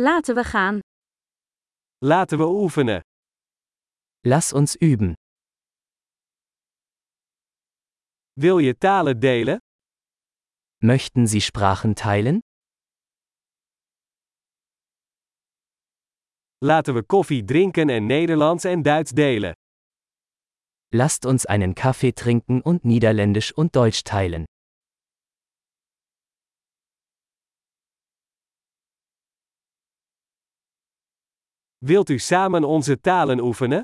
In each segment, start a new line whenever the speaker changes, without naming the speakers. Laten we gaan.
Laten we oefenen.
Lass uns üben.
Wil je talen delen?
Möchten Sie Sprachen teilen?
Laten we koffie drinken en Nederlands en Duits delen.
Lasst uns einen Kaffee trinken und Niederländisch und Deutsch teilen.
Wilt u samen onze talen oefenen?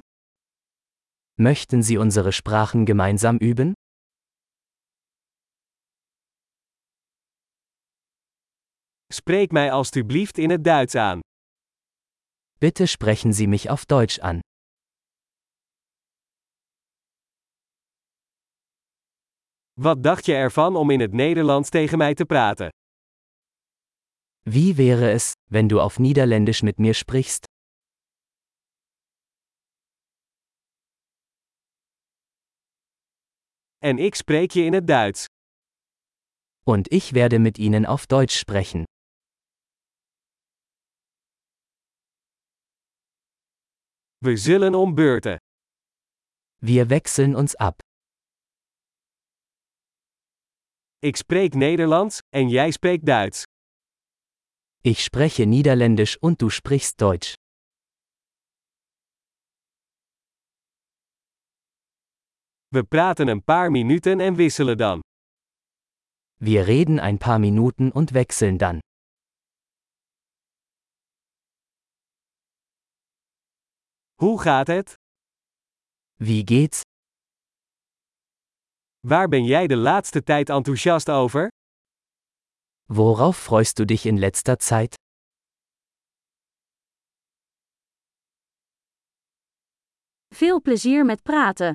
Möchten Sie unsere Sprachen gemeinsam üben?
Spreek mij alstublieft in het Duits aan.
Bitte sprechen Sie mich auf Deutsch an.
Wat dacht je ervan om in het Nederlands tegen mij te praten?
Wie wäre es, wenn du auf Niederländisch mit mir sprichst?
En ik spreek je in het Duits.
Und ich werde mit ihnen auf Deutsch sprechen.
We zullen om beurten.
Wir wechseln uns ab.
Ik spreek Nederlands en jij spreekt Duits.
Ich spreche Niederländisch und du sprichst Deutsch.
We praten een paar minuten en wisselen dan.
Wir reden ein paar Minuten und wechseln dann.
Hoe gaat het?
Wie geht's?
Waar ben jij de laatste tijd enthousiast over?
Worauf freust du dich in letzter Zeit?
Veel plezier met praten.